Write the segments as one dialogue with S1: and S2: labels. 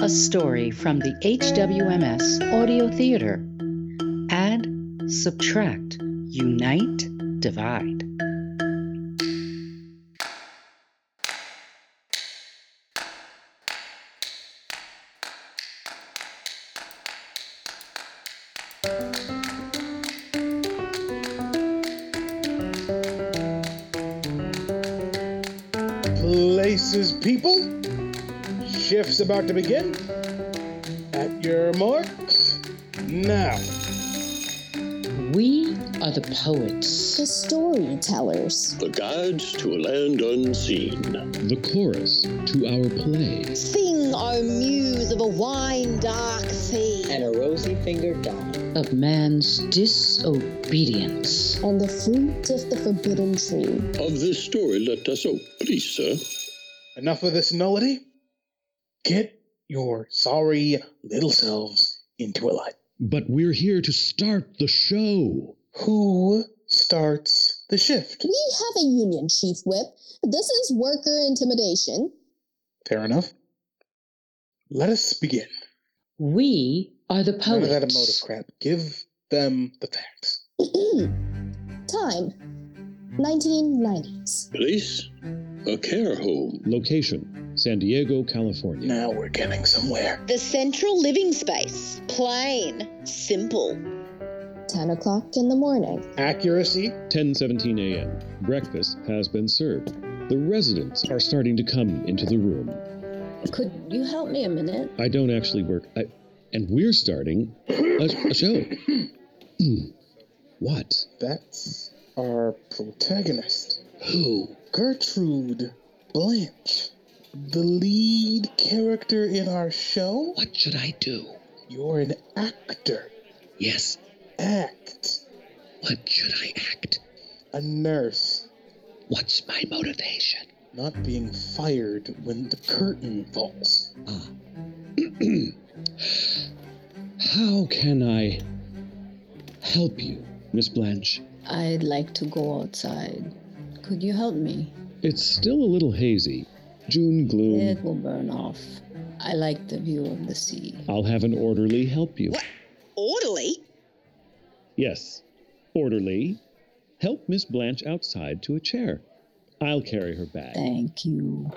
S1: a story from the HWMS Audio Theater. Add, subtract, unite, divide.
S2: Places, people. Shift's about to begin. At your marks. Now.
S1: We are the poets.
S3: The storytellers.
S4: The guides to a land unseen.
S5: the chorus to our play.
S3: Sing, O muse of a wine dark sea.
S6: and a rosy fingered dawn.
S1: Of man's disobedience.
S3: And the fruit of the forbidden tree.
S4: Of this story, let us hope, please, sir.
S2: Enough of this nullity. Get your sorry little selves into a line.
S5: But we're here to start the show.
S2: Who starts the shift?
S3: We have a union, Chief Whip. This is worker intimidation.
S2: Fair enough. Let us begin.
S1: We are the poets.
S2: None of that emotive crap. Give them the facts.
S3: Time 1990s.
S4: Place? A care home.
S5: Location San Diego, California.
S2: Now we're getting somewhere.
S7: The central living space. Plain. Simple.
S3: 10 o'clock in the morning.
S2: Accuracy.
S5: 10:17 a.m. Breakfast has been served. The residents are starting to come into the room.
S8: Could you help me a minute?
S5: I don't actually work. I, and we're starting a, a show. what?
S2: That's our protagonist.
S5: Who?
S2: Gertrude Blanche, the lead character in our show.
S5: What should I do?
S2: You're an actor.
S5: Yes.
S2: Act.
S5: What should I act?
S2: A nurse.
S5: What's my motivation?
S2: Not being fired when the curtain falls.
S5: Ah. How can I help you, Miss Blanche?
S8: I'd like to go outside. Could you help me?
S5: It's still a little hazy. June gloom.
S8: It will burn off. I like the view of the sea.
S5: I'll have an orderly help you.
S7: What? Orderly.
S5: Yes. Orderly, help Miss Blanche outside to a chair. I'll carry her bag.
S8: Thank you.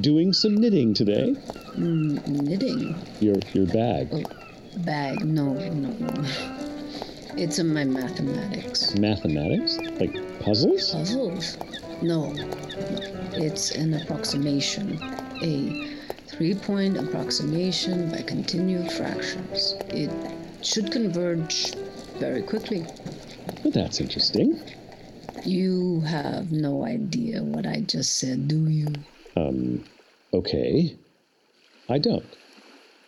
S5: Doing some knitting today.
S8: Mm, knitting.
S5: Your your bag.
S8: Bag. No, no, no. It's in my mathematics.
S5: Mathematics? Like puzzles?
S8: Puzzles? No. no. It's an approximation. A three point approximation by continued fractions. It should converge very quickly.
S5: Well, that's interesting.
S8: You have no idea what I just said, do you?
S5: Um, okay. I don't.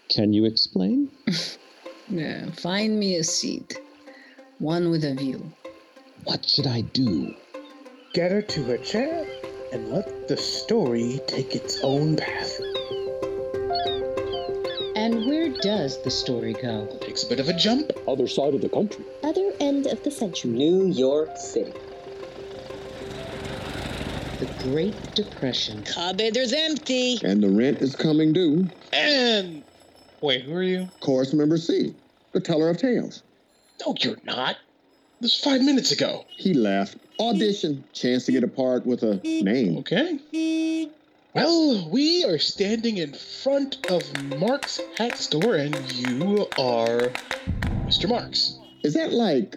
S5: Can you explain?
S8: Yeah, find me a seat. One with a view.
S5: What should I do?
S2: Get her to her chair and let the story take its own path.
S1: And where does the story go?
S2: Takes a bit of a jump.
S4: Other side of the country.
S3: Other end of the century.
S6: New York City.
S1: The Great Depression.
S7: Cupboard is empty.
S9: and the rent is coming due.
S2: And. Wait, who are you?
S9: Chorus member C, the teller of tales.
S2: No, you're not. This was five minutes ago.
S9: He laughed. Audition, chance to get a part with a name.
S2: Okay. Well, we are standing in front of Mark's hat store, and you are Mr. Marks.
S9: Is that like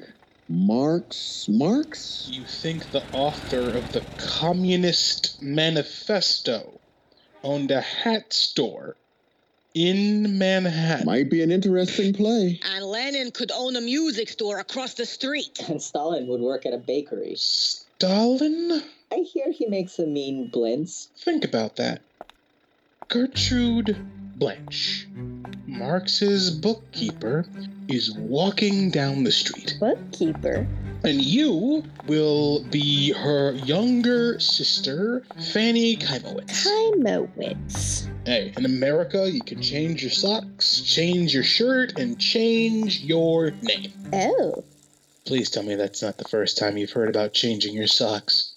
S9: Marks? Marks?
S2: You think the author of the Communist Manifesto owned a hat store in Manhattan?
S9: Might be an interesting play.
S7: And Lenin could own a music store across the street.
S6: And Stalin would work at a bakery.
S2: Stalin?
S6: I hear he makes a mean blintz.
S2: Think about that. Gertrude Blanche, Marx's bookkeeper is walking down the street,
S10: Bookkeeper.
S2: and you will be her younger sister, Fanny Kaimowitz.
S10: Kaimowitz.
S2: Hey, in America, you can change your socks, change your shirt, and change your name.
S10: Oh,
S2: Please tell me that's not the first time you've heard about changing your socks.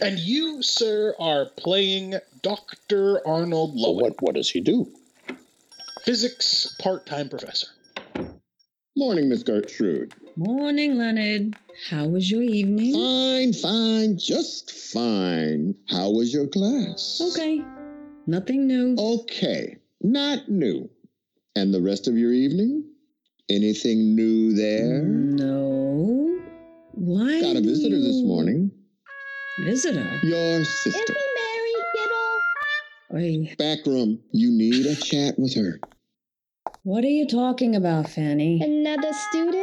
S2: And you, sir, are playing Dr. Arnold
S4: Well,
S2: Lowen,
S4: what, what does he do?
S2: physics part time professor.
S9: Morning, Miss Gertrude.
S8: Morning, Leonard. How was your evening?
S9: Fine, fine, just fine. How was your class?
S8: Okay. Nothing new.
S9: Okay, not new. And the rest of your evening? Anything new there?
S8: No. Why?
S9: Got a
S8: do
S9: visitor this
S8: you-
S9: morning.
S8: Visitor?
S9: Your sister.
S3: married, Gibble?
S8: Wait,
S9: Back room. You need a chat with her.
S8: what are you talking about, Fanny?
S3: Another student?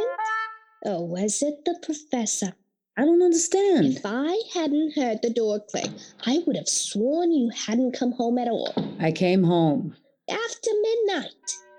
S3: Oh. Or was it the professor?
S8: I don't understand.
S3: If I hadn't heard the door click, I would have sworn you hadn't come home at all.
S8: I came home.
S3: After midnight.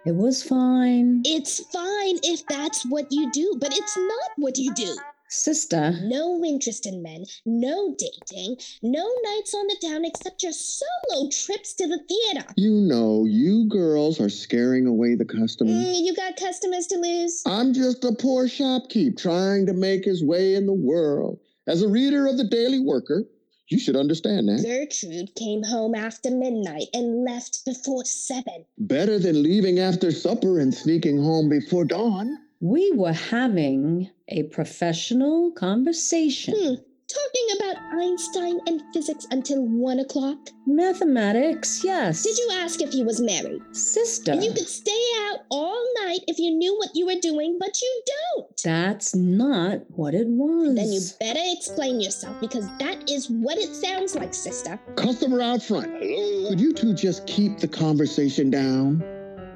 S8: It was fine.
S3: It's fine if that's what you do, but it's not what you do.
S8: Sister,
S3: No interest in men, no dating, no nights on the town except your solo trips to the theater.
S9: You know, you girls are scaring away the customers.
S3: Mm, you got customers to lose?
S9: I'm just a poor shopkeep trying to make his way in the world. As a reader of the Daily Worker, you should understand that.
S3: Gertrude came home after midnight and left before seven.
S9: Better than leaving after supper and sneaking home before dawn.
S8: we were having a professional conversation.
S3: Hmm, talking about Einstein and physics until one o'clock?
S8: Mathematics, yes.
S3: Did you ask if he was married?
S8: Sister,
S3: And you could stay out all night if you knew what you were doing, but you don't.
S8: that's not what it was.
S3: Then you better explain yourself because that is what it sounds like, sister.
S9: Customer out front.
S4: Hello,
S9: Could you two just keep the conversation down?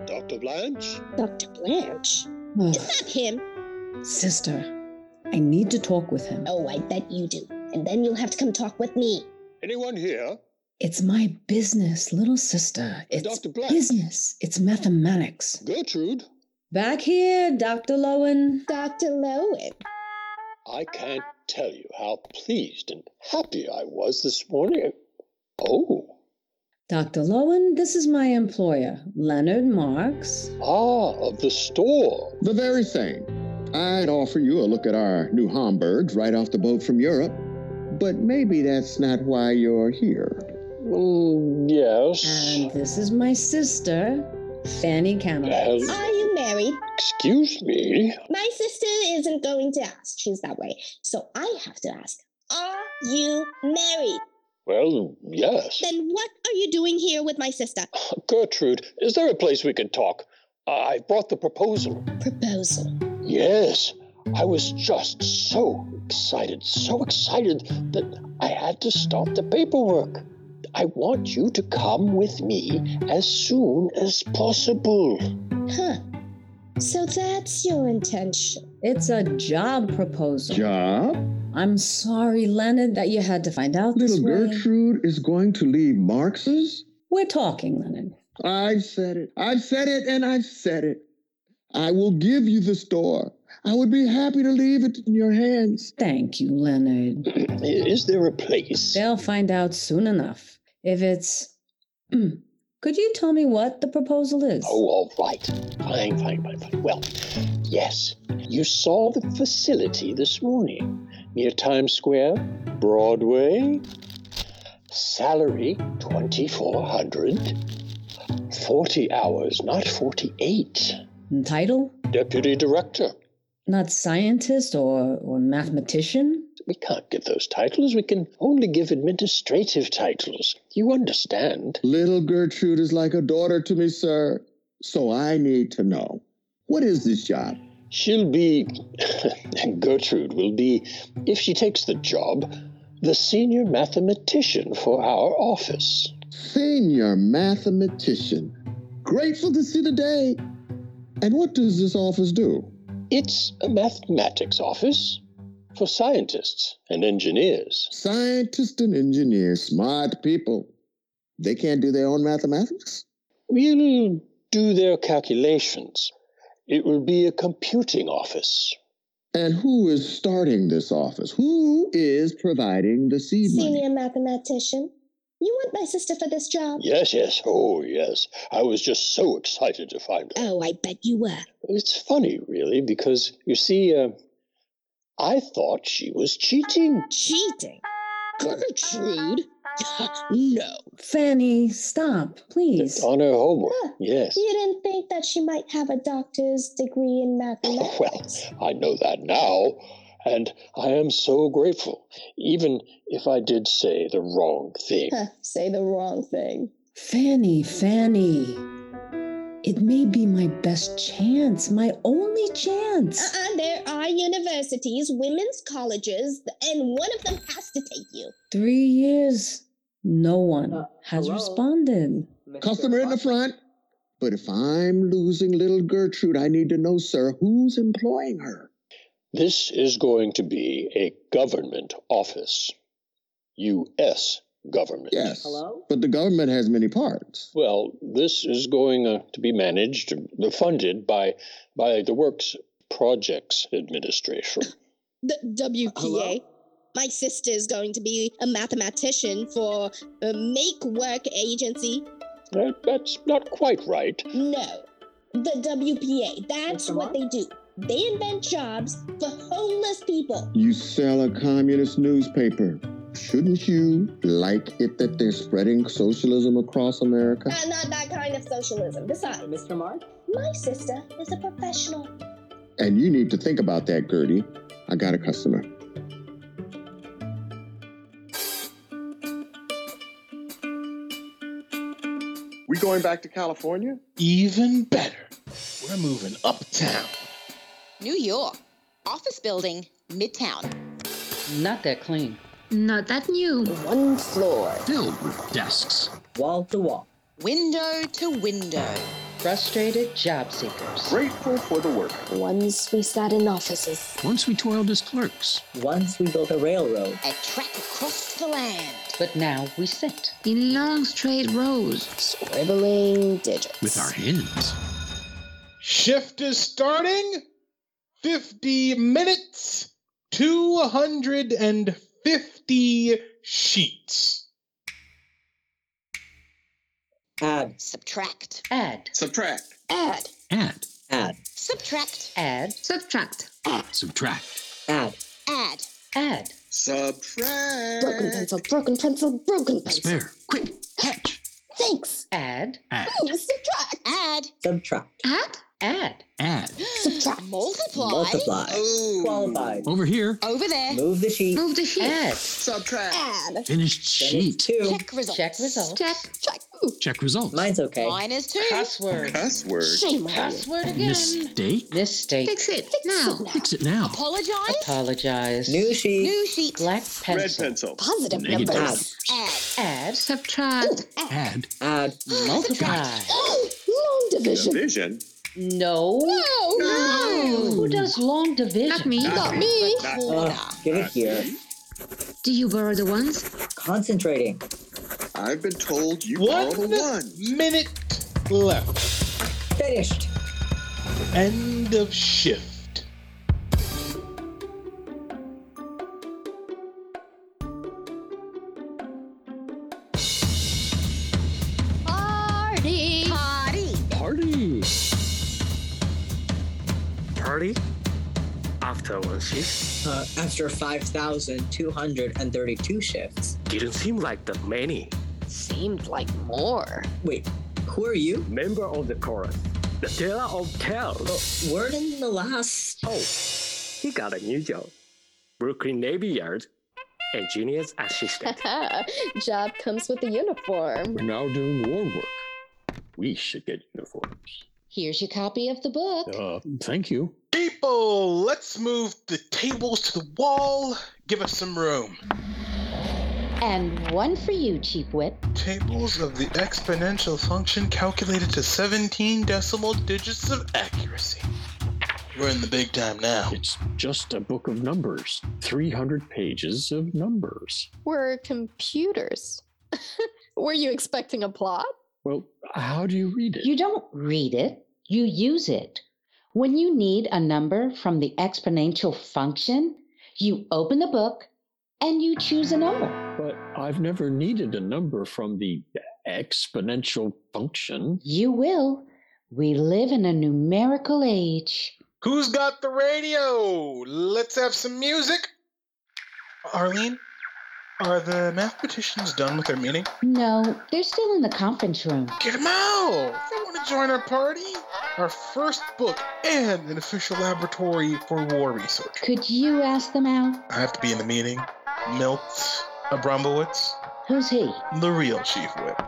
S4: Dr. Blanche?
S3: Dr. Blanche.
S8: Ugh.
S3: It's not him.
S8: Sister, I need to talk with him.
S3: Oh, I bet you do. And then you'll have to come talk with me.
S4: Anyone here?
S8: It's my business, little sister. It's
S4: Dr. Black.
S8: business. It's mathematics.
S4: Gertrude?
S8: Back here, Dr. Lowen.
S3: Dr. Lowen.
S4: I can't tell you how pleased and happy I was this morning. Oh,
S8: Dr. Lowen, this is my employer, Leonard Marks.
S4: ah, of the store.
S9: The very same. I'd offer you a look at our new Hamburgs right off the boat from Europe, but maybe that's not why you're here.
S4: Mm, yes.
S8: And this is my sister, Fanny Kamowitz.
S4: Hello.
S3: Are you married?
S4: Excuse me.
S3: My sister isn't going to ask. She's that way. So I have to ask Are you married?
S4: Well, yes.
S3: Then what are you doing here with my sister?
S4: Gertrude, is there a place we could talk? I I brought the proposal.
S3: Proposal.
S4: Yes, I was just so excited, so excited that I had to stop the paperwork. I want you to come with me as soon as possible.
S3: Huh. So that's your intention.
S8: It's a job proposal.
S9: Job?
S8: I'm sorry, Leonard, that you had to find out this
S9: Little
S8: way.
S9: Gertrude is going to leave Marx's?
S8: We're talking, Leonard.
S9: I've said it. I've said it and I've said it. I will give you the store. I would be happy to leave it in your hands.
S8: Thank you, Leonard.
S4: Is there a place?
S8: They'll find out soon enough. If it's. Mm. Could you tell me what the proposal is?
S4: Oh, all right. Fine, fine, fine, fine. Well, yes, you saw the facility this morning near Times Square, Broadway. Salary 2400 40 hours, not 48.
S8: And Title?
S4: Deputy Director.
S8: Not scientist or, or mathematician?
S4: We can't give those titles. We can only give administrative titles. You understand?
S9: Little Gertrude is like a daughter to me, sir. So I need to know. What is this job?
S4: She'll be, Gertrude will be, if she takes the job, the senior mathematician for our office.
S9: Senior mathematician. Grateful to see the day. And what does this office do?
S4: It's a mathematics office for scientists and engineers.
S9: Scientists and engineers, smart people. They can't do their own mathematics?
S4: We'll do their calculations. It will be a computing office.
S9: And who is starting this office? Who is providing the seed money?
S3: Senior mathematician, you want my sister for this job?
S4: Yes, yes, oh, yes. I was just so excited to find her.
S3: Oh, I bet you were.
S4: It's funny, really, because you see, uh, I thought she was cheating.
S3: Cheating? Gertrude? no.
S8: Fanny, stop, please.
S4: On her homework, yes.
S3: You didn't think that she might have a doctor's degree in mathematics?
S4: Well, I know that now, and I am so grateful, even if I did say the wrong thing.
S3: Huh, say the wrong thing.
S8: Fanny, Fanny. It may be my best chance, my only chance.
S3: Uh-uh, there are universities, women's colleges, and one of them has to take you.
S8: Three years. No one has
S11: Uh, hello?
S8: responded.
S9: Customer in the front. But if I'm losing little Gertrude, I need to know, sir, who's employing her?
S4: This is going to be a government office. U.S. government.
S9: Yes.
S11: Hello?
S9: But the government has many parts.
S4: Well, this is going uh, to be managed, uh, funded by, by the Works Projects Administration.
S3: The WPA. My sister is going to be a mathematician for a make work agency.
S4: That, that's not quite right.
S3: No, the WPA. That's
S11: Mr.
S3: what they do. They invent jobs for homeless people.
S9: You sell a communist newspaper. Shouldn't you like it that they're spreading socialism across America?
S3: Not, Uh, not that kind of socialism. Besides,
S11: Mr. Mark?
S3: my sister is a professional.
S9: And you need to think about that, Gertie. I got a customer.
S12: We going back to California?
S2: Even better. We're moving uptown.
S7: New York. Office building, Midtown.
S1: Not that clean.
S13: Not that new. One floor.
S14: filled with desks.
S11: Wall to wall.
S7: Window to window.
S1: Frustrated job seekers.
S12: Grateful for the work.
S13: Once we sat in offices.
S14: Once we toiled as clerks.
S11: Once we built a railroad.
S7: A track across the land.
S1: But now we sit.
S13: In long straight rows. Scribbling digits.
S14: With our hands.
S2: Shift is starting. 50 minutes, 250 sheets.
S11: Add.
S7: Subtract.
S1: Add.
S12: Subtract.
S13: Add.
S14: Add.
S11: Add.
S7: Subtract.
S1: Add.
S13: Subtract.
S14: Subtract.
S11: Add.
S7: Add.
S1: Add.
S12: Subtract.
S13: Broken pencil. Broken pencil. Broken pencil.
S14: Spare. Quick. Catch.
S13: Thanks.
S1: Add.
S14: Add.
S13: Oh, subtract.
S7: Add.
S11: Subtract.
S13: Add.
S1: Add.
S14: Add.
S13: Subtract.
S7: Multiply.
S11: Multiply. Qualified.
S14: Over here.
S7: Over there.
S11: Move the sheet.
S13: Move the sheet.
S1: Add.
S12: Subtract.
S13: Add.
S14: Finished
S11: Then it's
S14: sheet.
S11: two.
S7: Check results.
S1: Check result.
S13: Check. Check. Ooh,
S14: Check results.
S11: Mine's okay.
S7: Mine is two.
S1: Password.
S12: Cuss word.
S13: shame on you.
S1: Password again.
S14: Mistake.
S1: Mistake.
S13: Fix it now.
S14: Fix it now.
S7: Apologize.
S1: Apologize.
S11: New sheet.
S7: New sheet.
S1: Black
S12: Red
S1: pencil.
S12: pencil.
S13: Positive
S14: Negative.
S13: numbers.
S7: Add.
S1: Add.
S13: Subtract. Add.
S14: Add.
S11: Add.
S1: Multiply.
S13: Long division.
S12: Division.
S1: No.
S13: No.
S1: Who does long division?
S13: Not me. Not me.
S11: Ugh, give it here.
S13: Do you borrow the ones?
S11: Concentrating.
S12: I've been told you
S2: One,
S12: borrow the one.
S2: minute left.
S11: Finished.
S2: End of shift.
S13: Party.
S7: Party.
S14: Party.
S5: Party? After one shift?
S11: Uh, after 5,232 shifts.
S5: Didn't seem like that many.
S13: Seemed like more.
S11: Wait, who are you?
S5: Member of the chorus. The teller of
S11: But
S5: tales.
S11: we're Oh, in the last.
S5: Oh, he got a new job. Brooklyn Navy Yard. Engineer's assistant.
S13: Job comes with a uniform.
S14: We're now doing war work. We should get uniforms.
S3: Here's your copy of the book.
S14: Uh, thank you.
S2: People, let's move the tables to the wall. Give us some room.
S7: And one for you, Cheap Whip.
S2: Tables of the exponential function calculated to 17 decimal digits of accuracy. We're in the big time now.
S14: It's just a book of numbers. 300 pages of numbers.
S13: We're computers. Were you expecting a plot?
S4: Well, how do you read it?
S1: You don't read it, you use it. When you need a number from the exponential function, you open the book and you choose a number.
S4: But I've never needed a number from the exponential function.
S1: You will. We live in a numerical age.
S7: Who's got the radio? Let's have some music. Arlene, are the mathematicians done with their meeting?
S1: No, they're still in the conference room.
S7: Get them out! They want to join our party. Our first book and an official laboratory for war research.
S1: Could you ask them out?
S7: I have to be in the meeting. Milt Abramowitz,
S1: Who's he?
S7: the real chief whip.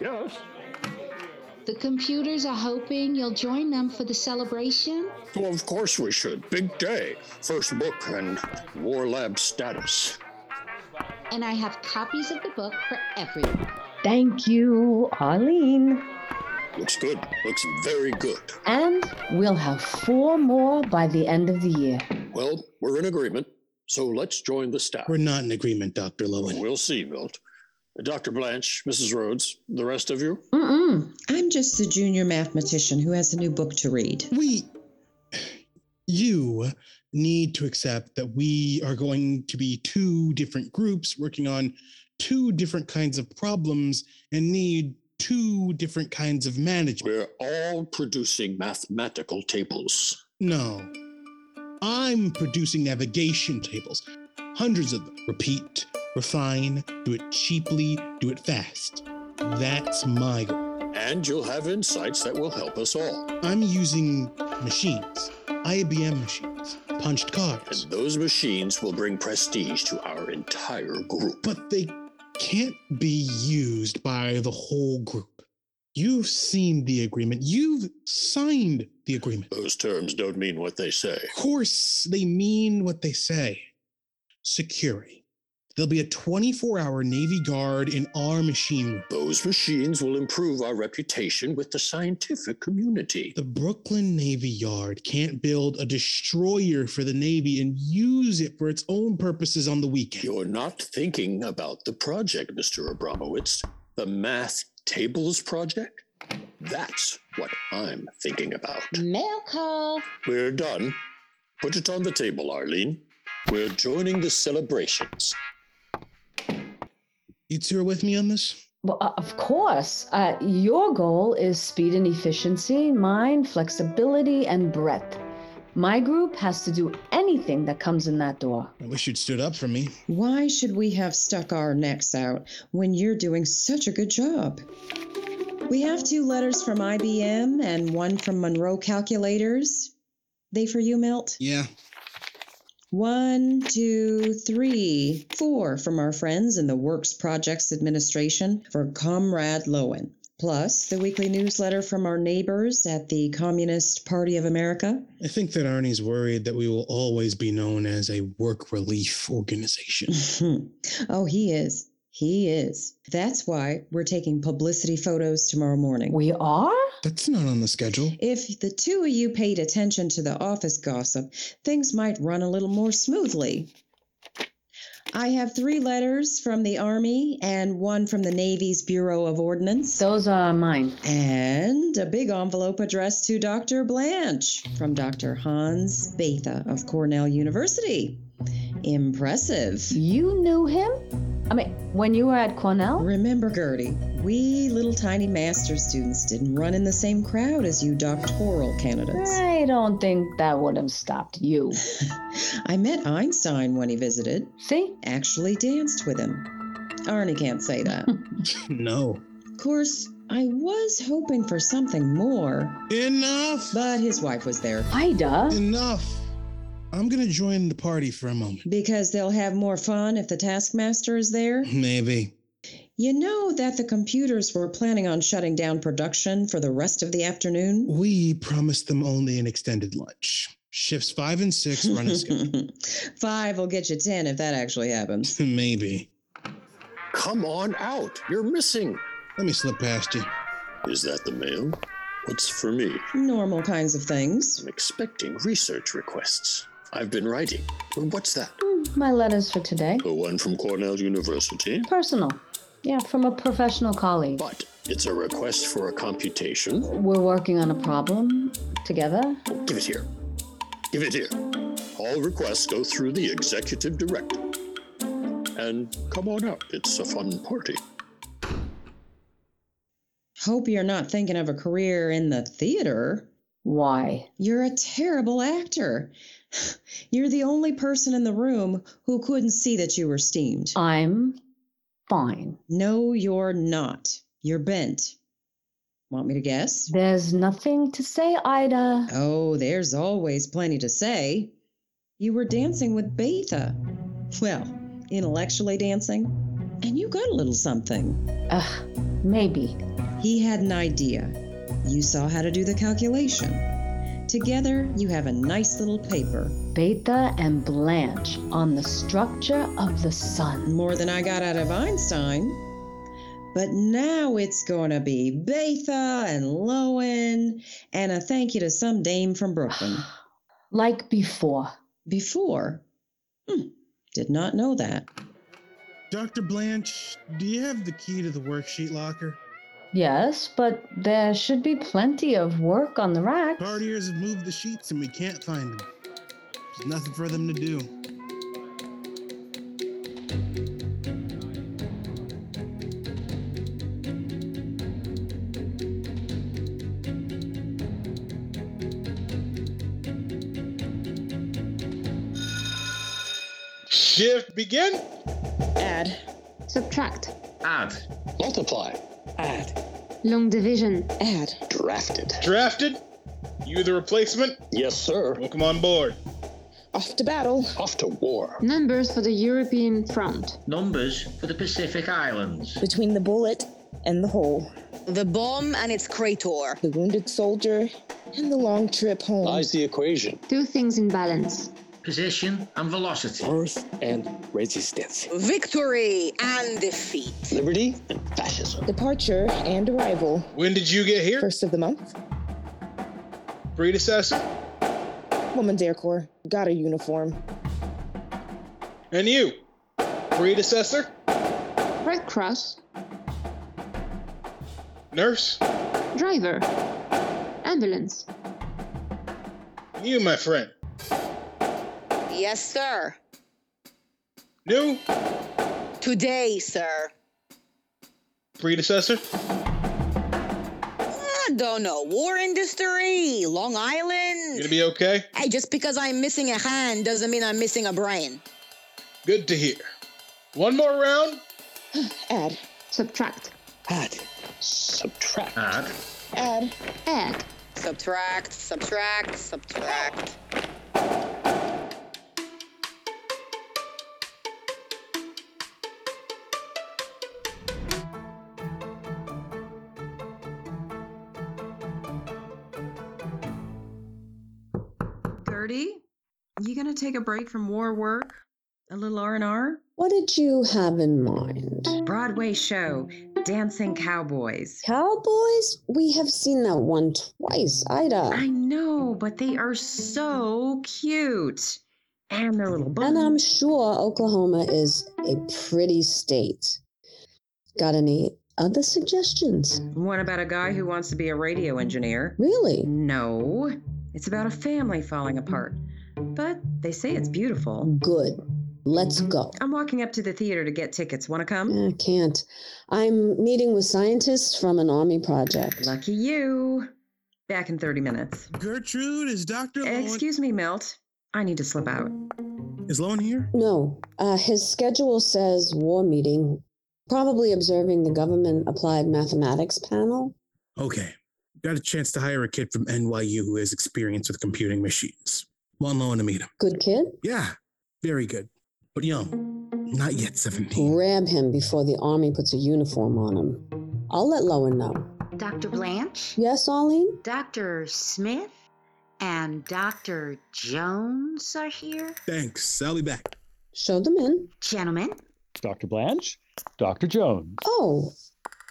S4: Yes.
S1: The computers are hoping you'll join them for the celebration.
S4: Well, of course we should. Big day. First book and war lab status.
S1: And I have copies of the book for everyone.
S8: Thank you, Arlene.
S4: Looks good. Looks very good.
S8: And we'll have four more by the end of the year.
S4: Well, we're in agreement, so let's join the staff.
S2: We're not in agreement, Dr. Lowen.
S4: We'll see, Milt. Dr. Blanche, Mrs. Rhodes, the rest of you?
S6: Mm-mm. I'm just a junior mathematician who has a new book to read.
S2: We. You need to accept that we are going to be two different groups working on two different kinds of problems and need two different kinds of management.
S4: We're all producing mathematical tables.
S2: No. I'm producing navigation tables, hundreds of them. Repeat, refine, do it cheaply, do it fast. That's my goal.
S4: And you'll have insights that will help us all.
S2: I'm using machines, IBM machines, punched cards,
S4: And those machines will bring prestige to our entire group.
S2: but they can't be used by the whole group. You've seen the agreement, you've signed the agreement.
S4: Those terms don't mean what they say.
S2: Of course, they mean what they say. Security. There'll be a 24 hour Navy guard in our machine room.
S4: Those machines will improve our reputation with the scientific community.
S2: The Brooklyn Navy Yard can't build a destroyer for the Navy and use it for its own purposes on the weekend.
S4: You're not thinking about the project, Mr. Abramowitz. The Math Tables Project? That's what I'm thinking about.
S1: Mail call.
S4: We're done. Put it on the table, Arlene. We're joining the celebrations.
S2: You two are with me on this?
S8: Well, uh, of course. Uh, your goal is speed and efficiency, mine, flexibility and breadth. My group has to do anything that comes in that door.
S2: I wish you'd stood up for me.
S6: Why should we have stuck our necks out when you're doing such a good job? We have two letters from IBM and one from Monroe Calculators. They for you, Milt?
S2: Yeah.
S6: One, two, three, four from our friends in the Works Projects Administration for Comrade Lowen. Plus, the weekly newsletter from our neighbors at the Communist Party of America.
S2: I think that Arnie's worried that we will always be known as a work relief organization.
S6: oh, he is. He is. That's why we're taking publicity photos tomorrow morning.
S8: We are?
S2: That's not on the schedule.
S6: If the two of you paid attention to the office gossip, things might run a little more smoothly. I have three letters from the Army and one from the Navy's Bureau of Ordnance.
S8: Those are mine.
S6: And a big envelope addressed to Dr. Blanche from Dr. Hans Betha of Cornell University. Impressive.
S8: You knew him? I mean, when you were at Cornell?
S6: Remember, Gertie, we little tiny master students didn't run in the same crowd as you doctoral candidates.
S8: I don't think that would have stopped you.
S6: I met Einstein when he visited.
S8: See?
S6: Actually danced with him. Arnie can't say that.
S2: no.
S6: of course, I was hoping for something more,
S2: Enough!
S6: but his wife was there.
S8: Ida?
S2: Enough! I'm gonna join the party for a moment.
S6: Because they'll have more fun if the taskmaster is there.
S2: Maybe.
S6: You know that the computers were planning on shutting down production for the rest of the afternoon?
S2: We promised them only an extended lunch. Shifts five and six run a schedule.
S6: Five will get you ten if that actually happens.
S2: Maybe.
S4: Come on out. You're missing.
S2: Let me slip past you.
S4: Is that the mail? What's for me?
S6: Normal kinds of things.
S4: I'm expecting research requests. I've been writing. What's that?
S15: Hmm, My letters for today.
S4: The one from Cornell University.
S15: Personal. Yeah, from a professional colleague.
S4: But it's a request for a computation. Oh,
S15: We're working on a problem together.
S4: Give it here. Give it here. All requests go through the executive director. And come on up. It's a fun party.
S6: Hope you're not thinking of a career in the theater.
S15: Why?
S6: You're a terrible actor. You're the only person in the room who couldn't see that you were steamed.
S15: I'm fine.
S6: No, you're not. You're bent. Want me to guess?
S15: There's nothing to say, Ida.
S6: Oh, there's always plenty to say. You were dancing with Betha. Well, intellectually dancing. And you got a little something.
S15: Ugh, maybe.
S6: He had an idea. You saw how to do the calculation. Together, you have a nice little paper.
S15: Beta and Blanche on the structure of the sun.
S6: More than I got out of Einstein. But now it's going to be Betha and Lowen and a thank you to some dame from Brooklyn.
S15: Like before.
S6: Before? Hmm, did not know that.
S16: Dr. Blanche, do you have the key to the worksheet locker?
S15: Yes, but there should be plenty of work on the rack.
S16: Partiers have moved the sheets and we can't find them. There's nothing for them to do.
S2: Shift begin.
S13: Add. Subtract.
S17: Add.
S18: Multiply.
S17: Add.
S13: Long division.
S18: Add. Drafted.
S2: Drafted. You the replacement?
S18: Yes, sir.
S2: Welcome on board.
S13: Off to battle.
S18: Off to war.
S13: Numbers for the European front.
S11: Numbers for the Pacific Islands.
S14: Between the bullet and the hole.
S19: The bomb and its crater.
S14: The wounded soldier and the long trip home.
S18: Lies the equation.
S13: Do things in balance.
S11: Position and velocity.
S17: Earth and resistance.
S19: Victory and defeat.
S18: Liberty and fascism.
S14: Departure and arrival.
S2: When did you get here?
S14: First of the month.
S2: Predecessor?
S14: Woman's Air Corps. Got a uniform.
S2: And you? Predecessor?
S13: Red Cross.
S2: Nurse?
S13: Driver. Ambulance.
S2: You, my friend.
S19: Yes, sir.
S2: New?
S19: Today, sir.
S2: Predecessor?
S19: I don't know. War industry, Long
S2: You
S19: Island.
S2: gonna be okay?
S19: Hey, just because I'm missing a hand doesn't mean I'm missing a brain.
S2: Good to hear. One more round.
S14: Add.
S13: Subtract.
S18: Add. Subtract.
S11: Add.
S14: Add.
S13: Add.
S19: Subtract, subtract, subtract.
S6: Gertie, you gonna take a break from war work? A little R and R?
S8: What did you have in mind?
S6: Broadway show, Dancing Cowboys.
S8: Cowboys? We have seen that one twice, Ida.
S6: I know, but they are so cute. And their little
S8: And I'm
S6: buttons.
S8: sure Oklahoma is a pretty state. Got any other suggestions?
S6: One about a guy who wants to be a radio engineer.
S8: Really?
S6: No, it's about a family falling apart. But they say it's beautiful.
S8: Good. Let's go.
S6: I'm walking up to the theater to get tickets. Want to come?
S8: I can't. I'm meeting with scientists from an army project.
S6: Lucky you. Back in 30 minutes.
S16: Gertrude, is Dr. Lowen?
S6: Excuse me, Milt. I need to slip out.
S16: Is Lowen here?
S8: No, uh, his schedule says war meeting, probably observing the government applied mathematics panel.
S16: Okay. Got a chance to hire a kid from NYU who has experience with computing machines. One loan to meet him.
S8: Good kid.
S16: Yeah, very good. But young. Not yet 17.
S8: Grab him before the army puts a uniform on him. I'll let Lowen know.
S1: Dr. Blanche,
S8: Yes, Arlene?
S1: Dr. Smith, and Dr. Jones are here.
S16: Thanks. I'll be back.
S8: Show them in.
S1: Gentlemen,
S20: Dr. Blanche, Dr. Jones.
S8: Oh,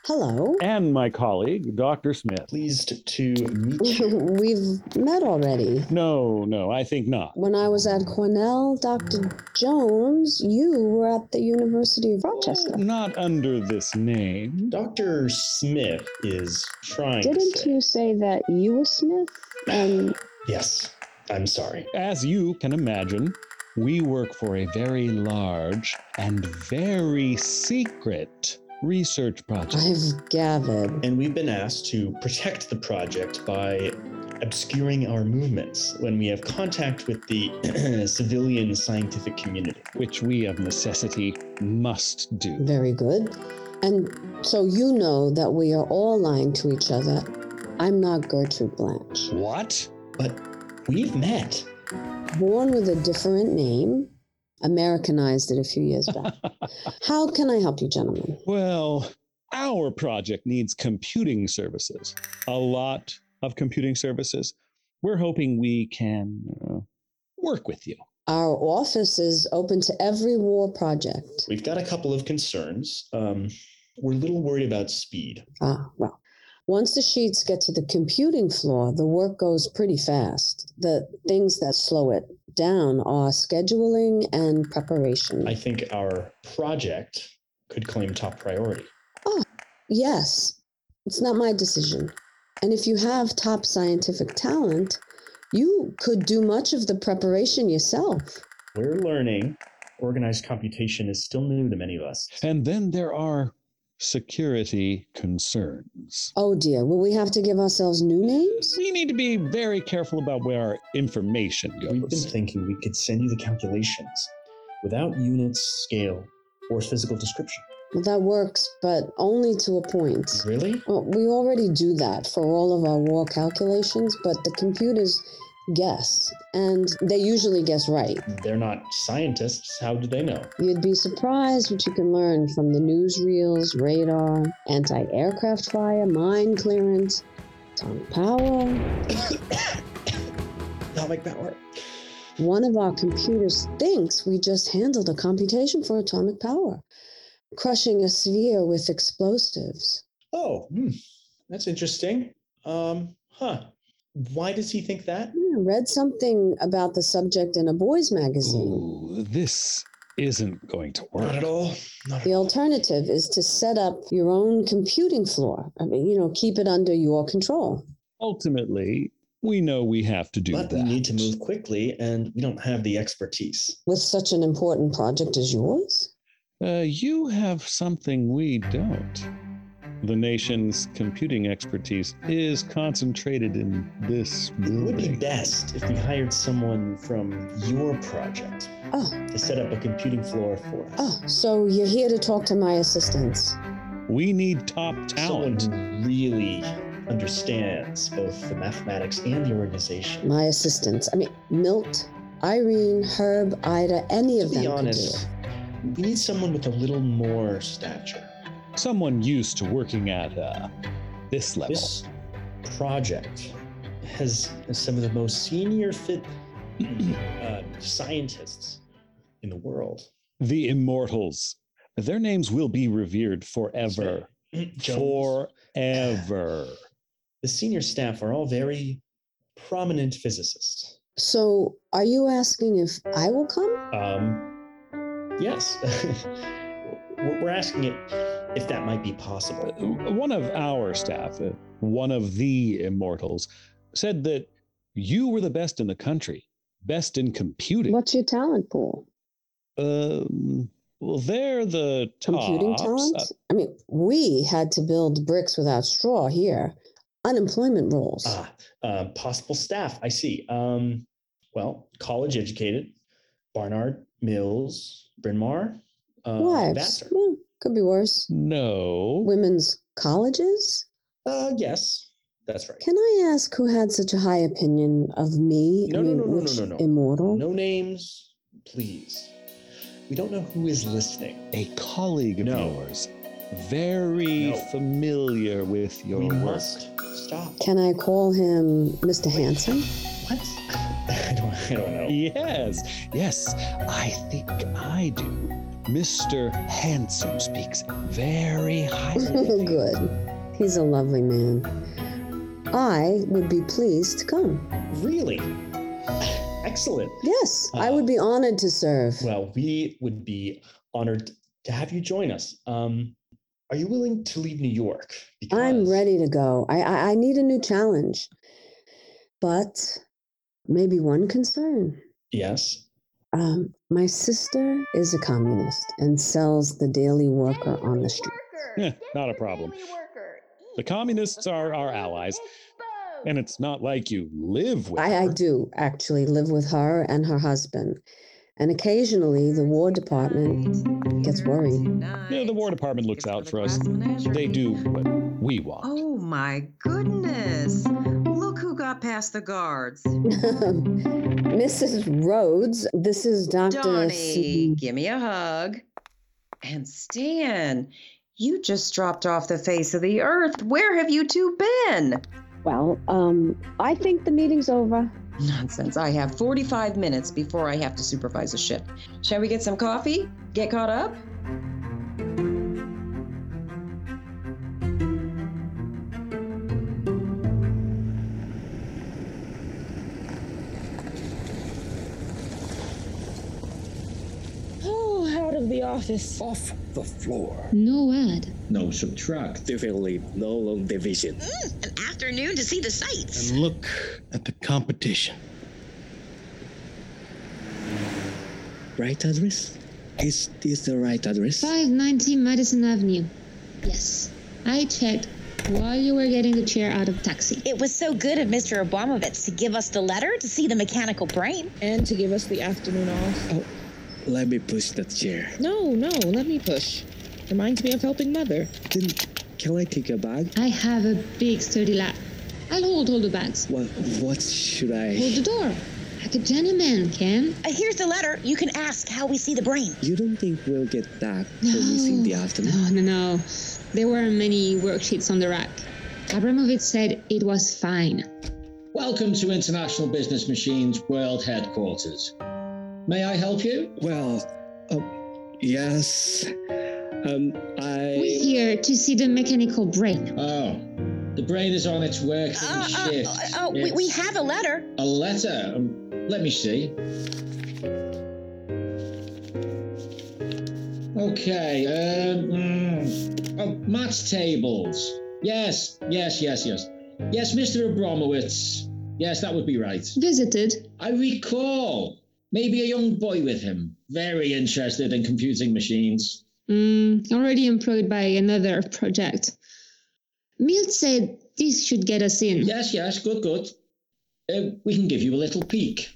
S8: Hello.
S5: And my colleague, Dr. Smith. Pleased to meet
S8: We've met already.
S5: No, no, I think not.
S8: When I was at Cornell, Dr. Jones, you were at the University of Rochester.
S5: Not under this name.
S21: Dr. Smith is trying to
S8: Didn't
S21: say.
S8: you say that you were Smith? And
S5: Yes, I'm sorry. As you can imagine, we work for a very large and very secret research project.
S8: I've gathered.
S21: And we've been asked to protect the project by obscuring our movements when we have contact with the civilian scientific community.
S5: Which we of necessity must do.
S8: very good. And so you know that we are all lying to each other. I'm not Gertrude Blanche.
S5: What?
S21: But we've met.
S8: Born with a different name, Americanized it a few years back. How can I help you, gentlemen?
S5: Well, our project needs computing services, a lot of computing services. We're hoping we can uh, work with you.
S8: Our office is open to every war project.
S21: We've got a couple of concerns. Um, we're a little worried about speed.
S8: Ah, well. Once the sheets get to the computing floor, the work goes pretty fast. The things that slow it down are scheduling and preparation.
S21: I think our project could claim top priority.
S8: Yes, it's not my decision. And if you have top scientific talent, you could do much of the preparation yourself.
S21: We're learning. Organized computation is still new to many of us.
S5: And then there are security concerns.
S8: Oh dear, will we have to give ourselves new names?
S5: We need to be very careful about where our information goes.
S21: We've been thinking we could send you the calculations without units, scale, or physical description.
S8: Well, that works, but only to a point.
S21: Really?
S8: Well, we already do that for all of our war calculations, but the computers guess, and they usually guess right.
S21: They're not scientists. How do they know?
S8: You'd be surprised what you can learn from the newsreels, radar, anti aircraft fire, mine clearance, atomic power.
S21: Atomic power.
S8: One of our computers thinks we just handled a computation for atomic power, crushing a sphere with explosives.
S21: Oh, hmm. that's interesting. Um, huh. Why does he think that?
S8: I read something about the subject in a boys' magazine.
S5: Ooh, this isn't going to work.
S21: Not at all.
S8: The alternative is to set up your own computing floor. I mean, you know, keep it under your control.
S5: Ultimately, we know we have to do
S21: but
S5: that.
S21: we need to move quickly, and we don't have the expertise.
S8: With such an important project as yours?
S5: Uh, you have something we don't. The nation's computing expertise is concentrated in this
S21: It would be
S5: building.
S21: best if we hired someone from your project to set up a computing floor for us.
S8: Oh, so you're here to talk to my assistants.
S5: We need top talent.
S21: Someone who really understands both the mathematics and the organization.
S8: My assistants. I mean, Milt, Irene, Herb, Ida, any of
S21: To be
S8: them could do
S21: honest,
S8: it.
S21: we need someone with a little more stature.
S5: Someone used to working at uh, this level.
S21: This project has some of the most senior fit uh, scientists in the world.
S5: The immortals. Their names will be revered forever.
S21: Jones.
S5: Forever.
S21: The senior staff are all very prominent physicists.
S8: So are you asking if I will come?
S21: Um, yes, we're we're asking it if that might be possible.
S5: Uh, One of our staff, uh, one of the immortals, said that you were the best in the country, best in computing.
S8: What's your talent pool?
S5: Um, well, they're the tops.
S8: Computing talent?
S5: Uh,
S8: I mean, we had to build bricks without straw here. Unemployment rules.
S21: Ah, uh, possible staff. I see. Um, well, college educated, Barnard, Mills, Bryn Mawr, uh,
S8: Wives.
S21: Vassar.
S8: Yeah, could be worse.
S5: no.
S8: Women's colleges?
S21: Uh, yes, that's right.
S8: Can I ask who had such a high opinion of me?
S21: No,
S8: I
S21: no,
S8: mean,
S21: no, no, no,
S8: which
S21: no, no.
S8: Immortal?
S21: No names, please. We don't know who is listening.
S5: A colleague of
S21: No.
S5: yours, very
S21: No.
S5: familiar with your
S21: we
S5: work.
S21: must stop.
S8: Can I call him Mr. Hanson?
S21: I don't, I don't know.
S5: Yes, yes, I think I do. Mr. Handsome speaks very highly.
S8: Good. He's a lovely man. I would be pleased to come.
S22: Really? Excellent.
S8: Yes, I
S21: Uh,
S8: would be honored to serve.
S22: Well, we would be honored to have you join us. Um, are you willing to leave New York?
S8: I'm ready to go. I, I, I need a new challenge. But maybe one concern.
S22: Yes.
S8: Um, my sister is a communist and sells the Daily Worker on the street.
S5: Eh, not a problem. The communists are our allies, and it's not like you live with.
S8: I, I do actually live with her and her husband. And occasionally the War Department gets worried.
S5: You know, the War Department looks out for us. They do what we want.
S6: Oh my goodness. Look who got past the guards.
S8: Mrs. Rhodes, this is Dr.
S6: Donnie,
S8: C-
S6: give me a hug. And Stan, you just dropped off the face of the earth. Where have you two been?
S8: Well, um, I think the meeting's over.
S6: Nonsense. I have 45 minutes before I have to supervise a ship. Shall we get some coffee? Get caught up?
S14: Oh, out of the office.
S7: Off the floor.
S13: No add.
S7: No subtract. Definitely no long division.
S13: An afternoon to see the sights.
S23: And look at the competition.
S7: Right address? Is this the right address?
S13: 590 Madison Avenue. Yes. I checked while you were getting the chair out of taxi. It was so good of Mr. Obamovitz to give us the letter to see the mechanical brain.
S14: And to give us the afternoon off.
S13: Oh.
S7: Let me push that chair.
S14: No, no, let me push. Reminds me of helping mother.
S7: Then can I take a bag?
S13: I have a big sturdy lap. I'll hold all the bags.
S7: What what should I
S13: Hold the door. Like a gentleman, Ken. Uh, here's the letter. You can ask how we see the brain.
S7: You don't think we'll get that for missing the afternoon?
S13: No, no, no. There were many worksheets on the rack. Abramovich said it was fine.
S11: Welcome to International Business Machines World Headquarters. May I help you?
S7: Well, uh, yes. Um, I.
S13: We're here to see the mechanical brain.
S11: Oh, the brain is on its working
S13: Uh, uh,
S11: shift.
S13: uh, we- we
S11: It's
S13: have a letter.
S11: A letter. Um, let me see. Okay. Um, mm, oh, Matt Tables. Yes, yes, yes, yes. Yes, Mr. Abramowitz. Yes, that would be right.
S13: Visited.
S11: I recall. Maybe a young boy with him. Very interested in computing machines.
S13: Mm, already employed by another project. Milt said this should get us in.
S11: Yes, yes, good, good. Uh, we can give you a little peek.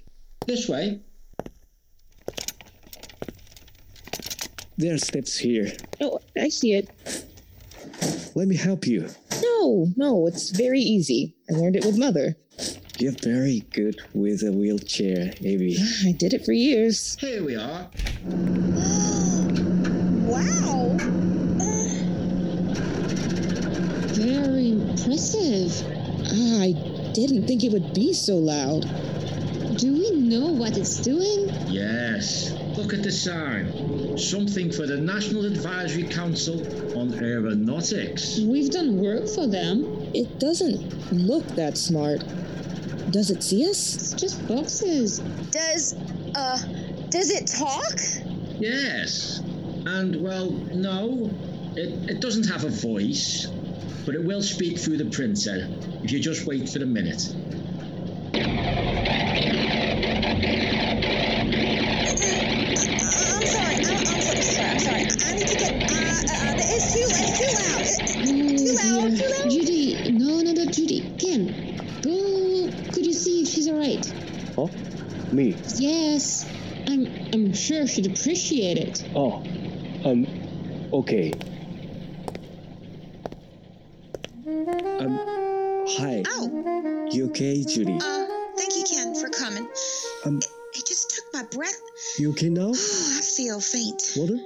S11: This way.
S7: There are steps here.
S14: Oh, I see it.
S7: Let me help you.
S14: No, no, it's very easy. I learned it with mother.
S7: You're very good with a wheelchair, Abby.
S14: I did it for years.
S11: Here we are.
S13: Wow!
S14: Uh.
S13: Very impressive.
S14: Ah, I didn't think it would be so loud.
S13: Do we know what it's doing?
S11: Yes. Look at the sign. Something for the National Advisory Council on Aeronautics.
S13: We've done work for them.
S14: It doesn't look that smart. Does it see us?
S13: It's just boxes.
S24: Does, uh, does it talk?
S11: Yes. And, well, no, it, it doesn't have a voice, but it will speak through the printer if you just wait for a minute.
S13: Oh, dear. Judy, no, no, no, Judy. Ken, go. Could you see if she's alright?
S7: Oh, me.
S13: Yes, I'm. I'm sure she'd appreciate it.
S7: Oh, um, okay. Um, hi.
S13: Ow.
S7: You okay, Judy?
S13: Uh,
S6: Thank you, Ken, for coming.
S7: Um,
S6: It just took my breath.
S7: you okay now?
S6: Oh, I feel faint.
S7: Water?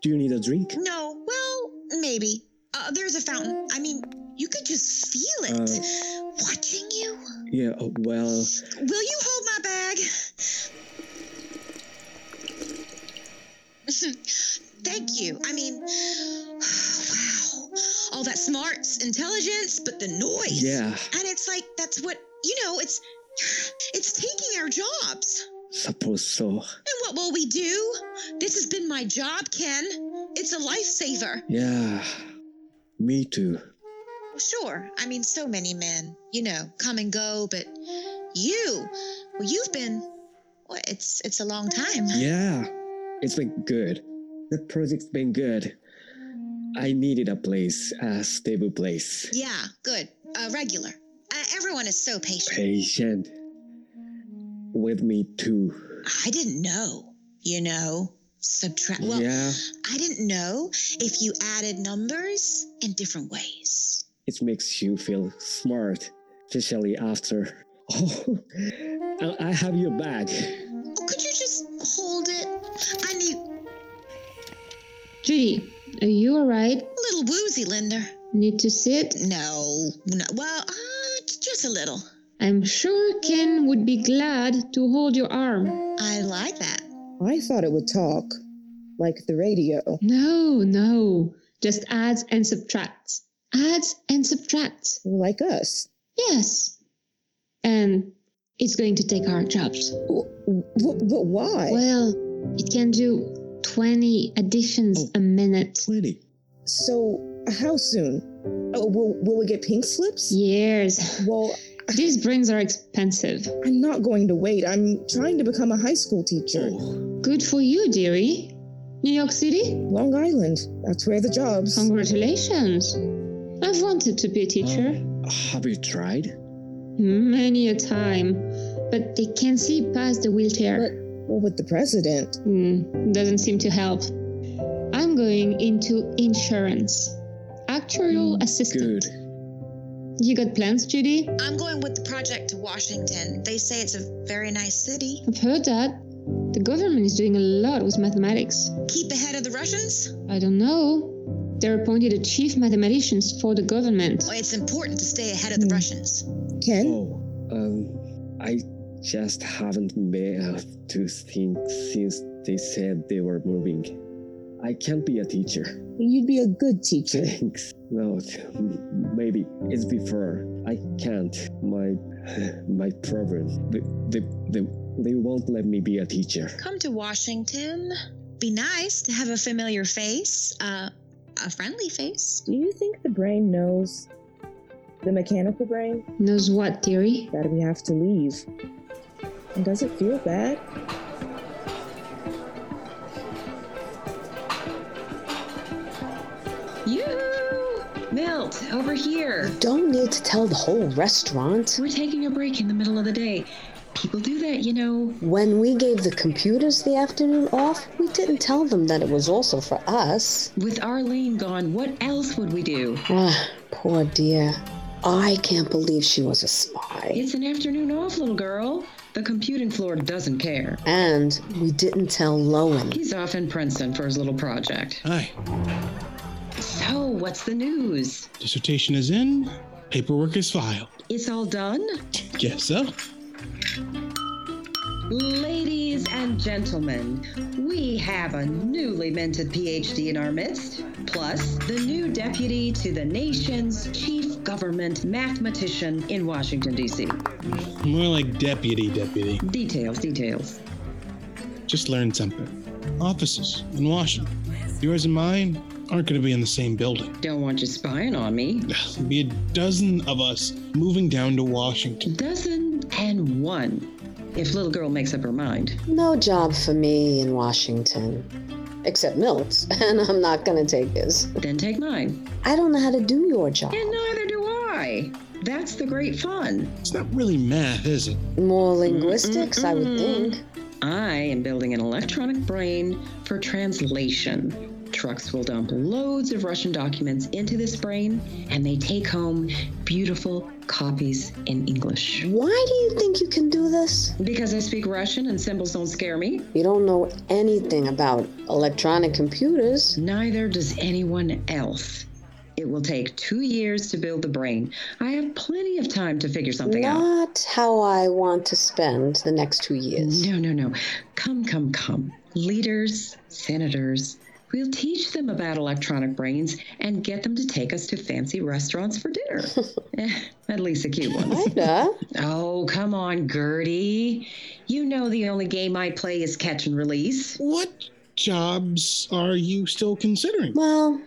S7: Do you need a drink?
S6: No, well,
S13: maybe.
S6: Uh, there's a fountain. I mean, you could just feel
S7: Uh,
S6: watching you.
S7: yeah, uh, well,
S6: Will you hold my bag?
S7: Thank you. I mean, wow. All that smarts, intelligence, but the noise.
S11: Yeah.
S7: And it's like, that's what, you know, it's. It's taking our jobs.
S11: Suppose so.
S7: And what will we do? This has been my job, Ken. It's a lifesaver.
S11: Yeah. Me too.
S7: Sure. I mean, so many men, you know, come and go, but you, well, you've been, well, it's it's a long time.
S11: Yeah. It's been good. The project's been good. I needed a place, a stable place.
S7: Yeah, good. Uh, regular. Uh, everyone is so patient.
S11: Patient. With me too.
S7: I didn't know, you know, subtract. Well,
S11: yeah.
S7: I didn't know if you added numbers in different ways.
S11: It makes you feel smart, especially after. Oh, I- I have your bag.
S7: Oh, could you just hold it? I need a
S13: Judy, are you all right?
S7: little woozy, Linder.
S13: Need to sit?
S7: No, no. Well, uh, j- just a little.
S13: I'm sure Ken would be glad to hold your arm.
S7: I like that.
S14: I thought it would talk, like the radio.
S13: No, no. Just adds and subtracts. Adds and subtracts.
S14: Like us.
S13: Yes. And it's going to take our jobs.
S14: But why?
S13: Well, it can do 20 additions a minute.
S11: 20?
S14: Oh, So, how soon? Oh, will, will we get pink slips?
S13: Years.
S14: Well,
S13: these brains are expensive.
S14: I'm not going to wait. I'm trying to become a high school teacher.
S13: Good for you, dearie. New York City?
S14: Long Island. That's where the jobs.
S13: Congratulations. I've wanted to be a
S11: Oh.
S13: teacher.
S11: Uh, Have you tried?
S13: Many a time, but they can't see past the wheelchair.
S14: Well, with the president.
S13: Mm, doesn't seem to help. I'm going into insurance,
S14: Hmm,
S13: actuarial assistant. You got plans, Judy?
S7: I'm going with the project to Washington. They say it's a very nice city.
S13: I've heard that. The government is doing a lot with mathematics.
S7: Keep ahead of the Russians?
S13: I don't know. They're appointed the chief mathematicians for the government.
S7: Well, it's important to stay ahead
S6: Hmm.
S7: of the Russians.
S14: Ken?
S11: Oh, um, I just haven't been able to think since they said they were moving. I can't be a teacher.
S14: You'd be a good teacher.
S11: Thanks. No, maybe it's before. I can't. My my problem. They, they, they, they won't let me be a teacher.
S7: Come to Washington. Be nice to have a familiar face, uh, a friendly face.
S14: Do you think the brain knows? The mechanical brain?
S13: Knows what, dearie?
S14: That we have to leave. And does it feel bad?
S6: You Milt, over here.
S8: Don't need to tell the whole restaurant.
S6: We're taking a break in the middle of the day. People do that, you know.
S8: When we gave the computers the afternoon off, we didn't tell them that it was also for us.
S6: With Arlene gone, what else would we do?
S8: Ah, poor dear. I can't believe she was a spy.
S6: It's an afternoon off, little girl. The computing floor doesn't care.
S8: And we didn't tell Lowen.
S6: He's off in Princeton for his little project.
S2: Hi.
S6: So, what's the news?
S2: Dissertation is in, paperwork is filed.
S6: It's all done?
S2: Guess so.
S6: Ladies and gentlemen, we have a newly minted PhD in our midst, plus the new deputy to the nation's chief government mathematician in Washington, D.C.
S2: More like deputy, deputy.
S6: Details, details.
S2: Just learned something. Offices in Washington, yours and mine, aren't going to be in the same building.
S6: Don't want you spying on me.
S2: There'll be a dozen of us moving down to Washington.
S6: Dozen and one, if little girl makes up her mind.
S8: No job for me in Washington. Except Milt's, and I'm not gonna take his.
S6: Then take mine.
S8: I don't know how to do your job.
S6: And neither do I. That's the great fun.
S2: It's not really math, is it?
S8: More linguistics, I would
S6: Mm-mm-mm.
S8: think.
S6: I am building an electronic brain for translation. Trucks will dump loads of Russian documents into this brain, and they take home beautiful copies in English.
S8: Why do you think you can do this?
S6: Because I speak Russian and symbols don't scare me,
S8: You don't know anything about electronic computers.
S6: neither does anyone else. It will take two years to build the brain. I have plenty of time to figure something out.
S8: Not how I want to spend the next two years.
S6: No, no, no. Come, come, come. leaders, senators. We'll teach them about electronic brains and get them to take us to fancy restaurants for dinner. Eh, at least the cute ones. Oh, come on, Gertie. You know the only game I play is catch and release.
S2: What jobs are you still considering?
S8: Well,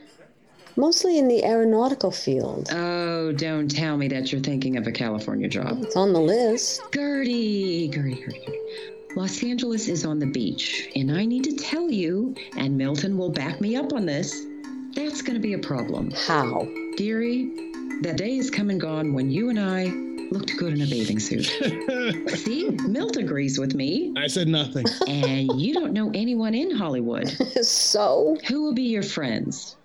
S8: mostly in the aeronautical field.
S6: Oh, don't tell me that you're thinking of a California job.
S8: It's on the list.
S6: Gertie, Gertie, Gertie, Gertie. Los Angeles is on the beach, and I need to tell you, and Milton will back me up on this, that's going to be a problem.
S8: How?
S6: Dearie, that day is come and gone when you and I looked good in a bathing suit. See, Milt agrees with me.
S2: I said nothing.
S6: And you don't know anyone in Hollywood.
S8: so?
S6: Who will be your friends?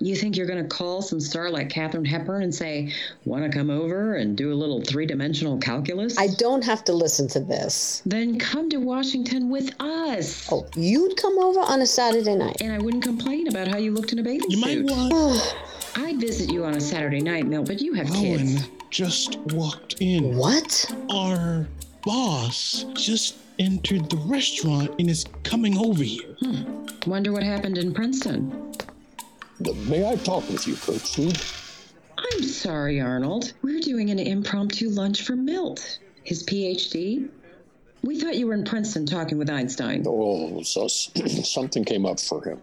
S6: You think you're going to call some star like Katherine Hepburn and say, Want to come over and do a little three dimensional calculus?
S8: I don't have to listen to this.
S6: Then come to Washington with us.
S8: Oh, you'd come over on a Saturday night.
S6: And I wouldn't complain about how you looked in a bathing
S2: You might
S6: suit.
S2: want-
S6: I'd visit you on a Saturday night, Milt, but you have
S2: Owen
S6: kids.
S2: just walked in.
S8: What?
S2: Our boss just entered the restaurant and is coming over here.
S6: Wonder what happened in Princeton.
S4: May I talk with you, Coach Sue?
S6: I'm sorry, Arnold. We're doing an impromptu lunch for Milt, his PhD. We thought you were in Princeton talking with Einstein.
S4: Oh, so something came up for him.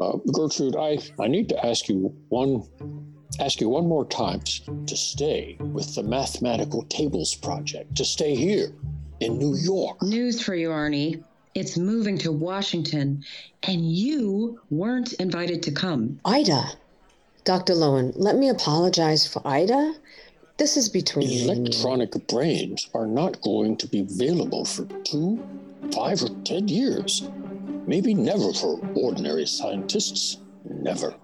S4: Uh, Gertrude, I, I need to ask you one ask you one more time s- to stay with the mathematical tables project to stay here in New York.
S6: News for you, Arnie. It's moving to Washington, and you weren't invited to come.
S8: Ida. Dr. Lowen, let me apologize for Ida. This is between
S6: Mm.
S8: you and me.
S4: Electronic brains are not going to be available for two, five, or ten years. Maybe never for ordinary scientists. Never.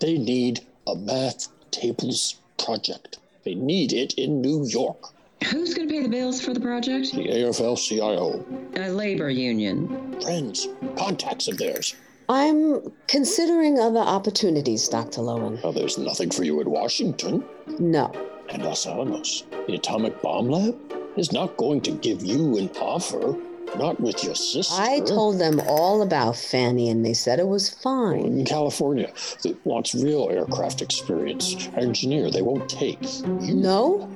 S4: They need a math tables project. They need it in New York.
S6: Who's going to pay the bills for the project?
S4: The AFL CIO.
S6: A labor union.
S4: Friends, contacts of theirs.
S8: I'm considering other opportunities, Dr. Lowen.
S4: Well, there's nothing for you in Washington.
S8: No.
S4: And Los Alamos, the atomic bomb lab, is not going to give you an offer. Not with your sister.
S8: I told them all about Fanny and they said it was fine.
S4: in California that wants real aircraft experience. Engineer, they won't take.
S8: No?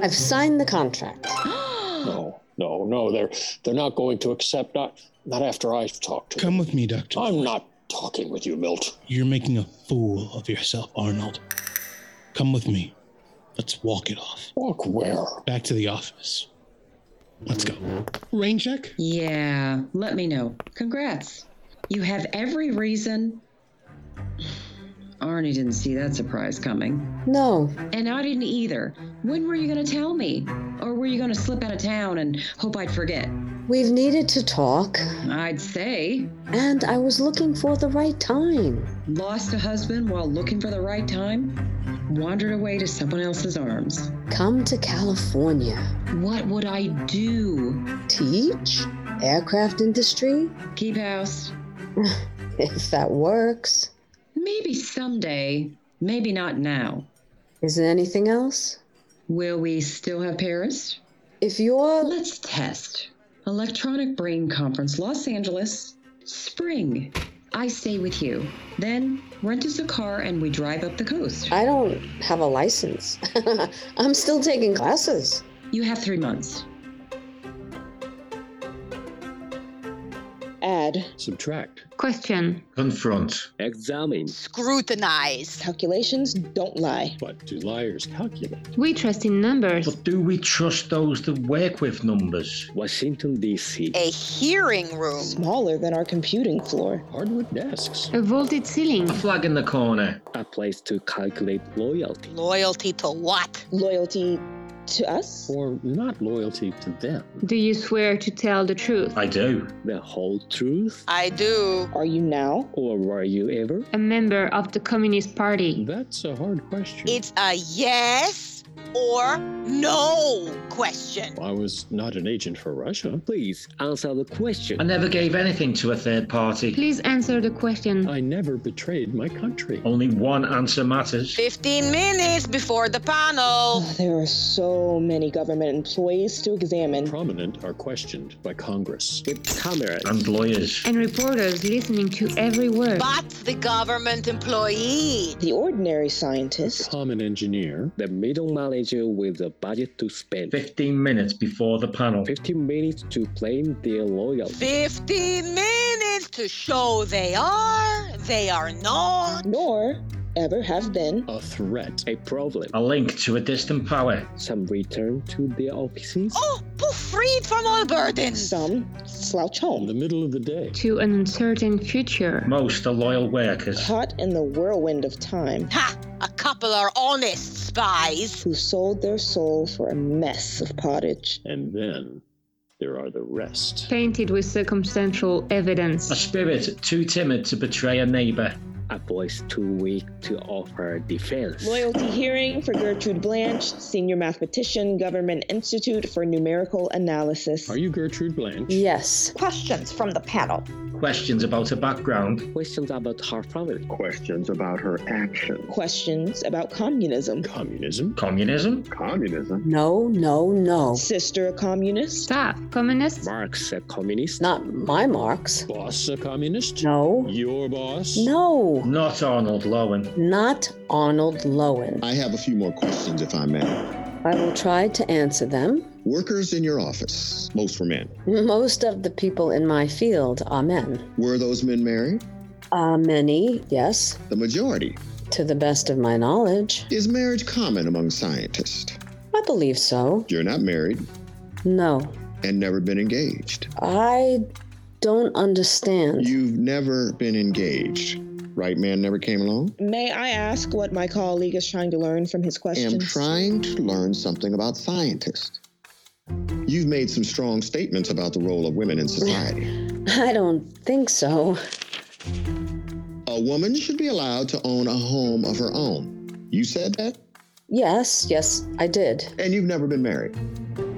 S8: I've signed the contract.
S4: No, no, no. They're they're not going to accept. Not not after I've talked to.
S2: Come with me, Doctor.
S4: them. I'm not talking with you, Milt.
S2: You're making a fool of yourself, Arnold. Come with me. Let's walk it off.
S4: Walk where?
S2: Back to the office. Let's go. Rain check?
S6: Yeah, let me know. Congrats. You have every reason. Arnie didn't see that surprise coming.
S8: No.
S6: And I didn't either. When were you going to tell me? Or were you going to slip out of town and hope I'd forget?
S8: We've needed to talk,
S6: I'd say.
S8: and I was looking for the right time.
S6: Lost a husband while looking for the right time? Wandered away to someone else's arms.
S8: Come to California.
S6: What would I do?
S8: Teach? Aircraft industry?
S6: Keep house.
S8: If that works.
S6: Maybe someday. Maybe not now.
S8: Is there anything else?
S6: Will we still have Paris?
S8: If you're.
S6: Let's test. Electronic Brain Conference, Los Angeles, spring. I stay with you. Then rent us a car and we drive up the coast.
S8: I don't have a license. I'm still taking classes.
S6: You have three months.
S14: Add.
S7: Subtract.
S14: Question.
S11: Confront.
S7: Examine.
S14: Scrutinize. Calculations don't lie.
S4: But do liars calculate?
S13: We trust in numbers.
S11: But do we trust those that work with numbers?
S7: Washington, D.C.
S14: A hearing room. Smaller than our computing floor.
S4: Hardwood desks.
S13: A vaulted ceiling.
S11: A flag in the corner.
S7: A place to calculate loyalty.
S14: Loyalty to what? Loyalty to us?
S7: Or not loyalty to them.
S13: Do you swear to tell the truth?
S11: I do.
S7: The whole truth?
S14: I do. Are you now?
S7: Or were you ever?
S13: A member of the Communist Party.
S7: That's a hard question.
S14: It's a yes
S7: or no question.
S11: I was not an agent for Russia. Please answer the question.
S25: I never gave anything to a third party.
S13: Please answer the question.
S11: I never betrayed my country.
S25: Only one answer matters.
S7: 15 minutes before the panel.
S14: Oh, There are so many government employees to examine.
S11: Prominent are questioned by Congress. With
S25: And lawyers.
S13: And reporters listening to every word.
S7: But the government employee.
S14: The ordinary scientist.
S11: common engineer. The middle manager with a budget to spend.
S25: 15 minutes before the panel.
S11: 15 minutes to claim their loyalty.
S7: 15 minutes to show they are, they are not.
S14: Nor ever have been.
S11: A threat. A problem.
S25: A link to a distant power.
S11: Some return to their offices.
S7: Oh, poof, freed from all burdens.
S14: Some slouch
S11: In
S14: home.
S11: the middle of the day.
S13: To an uncertain future.
S25: Most are loyal workers.
S14: Caught in the whirlwind of time.
S7: Ha! A couple are honest spies.
S14: Who sold their soul for a mess of pottage.
S11: And then there are the rest.
S13: Tainted with circumstantial evidence.
S25: A spirit too timid to betray a neighbour.
S11: A voice too weak to offer defense.
S14: Loyalty hearing for Gertrude Blanche, senior mathematician, Government Institute for Numerical Analysis.
S11: Are you Gertrude Blanche?
S14: Yes.
S7: Questions from the panel.
S25: Questions about her background.
S11: Questions about her family.
S9: Questions about her actions.
S14: Questions about communism.
S11: Communism.
S25: Communism.
S9: Communism.
S8: No, no, no.
S14: Sister a communist.
S13: Stop. Communist.
S11: Marx a communist.
S8: Not my marks.
S11: Boss a communist.
S8: No,
S11: Your boss.
S8: no.
S25: Not Arnold Lowen.
S8: Not Arnold Lowen.
S9: I have a few more questions, if I may.
S8: I will try to answer them.
S9: Workers in your office, most were men.
S8: Most of the people in my field are men.
S9: Were those men married?
S8: Uh, many, yes,
S9: The majority.
S8: to the best of my knowledge.
S9: Is marriage common among scientists?
S8: I believe so.
S9: You're not married
S8: No,
S9: and never been engaged.
S8: I don't understand.
S9: You've never been engaged. Right man never came along?
S14: May I ask what my colleague is trying to learn from his
S9: am
S14: questions?
S9: trying to learn something about scientists. You've made some strong statements about the role of women in society.
S8: I don't think so.
S9: A woman should be allowed to own a home of her own. You said that?
S8: Yes, yes, I did.
S9: And you've never been married.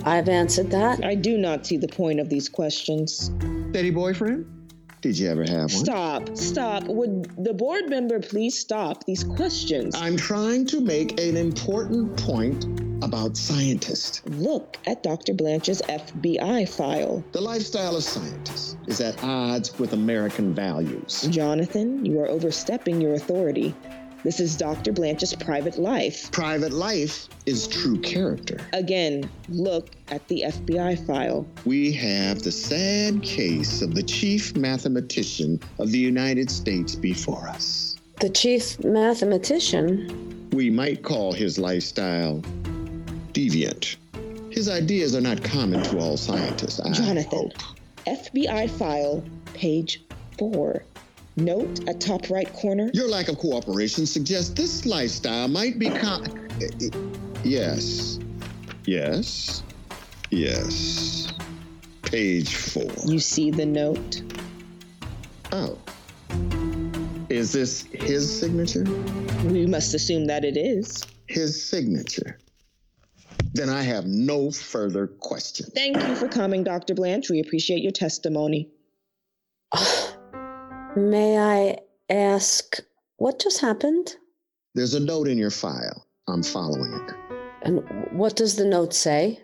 S8: I've answered that.
S14: I do not see the point of these questions.
S9: Steady boyfriend? Did you ever have one?
S14: Stop, stop. Would the board member please stop these questions?
S9: I'm trying to make an important point about scientists.
S14: Look at Dr. Blanche's FBI file.
S9: The lifestyle of scientists is at odds with American values.
S14: Jonathan, you are overstepping your authority. This is Dr. Blanche's private life.
S9: Private life is true character.
S14: Again, look at the FBI file.
S9: We have the sad case of the chief mathematician of the United States before us.
S8: The chief mathematician.
S9: We might call his lifestyle deviant. His ideas are not common to all scientists. I
S14: Jonathan,
S9: hope.
S14: FBI file, page four. Note at top right corner.
S9: Your lack of cooperation suggests this lifestyle might be con. Yes. Yes. Yes. Page four.
S14: You see the note?
S9: Oh. Is this his signature?
S14: We must assume that it is.
S9: His signature. Then I have no further questions.
S14: Thank you for coming, Dr. Blanche. We appreciate your testimony.
S8: May I ask what just happened?
S9: There's a note in your file. I'm following it.
S8: And what does the note say?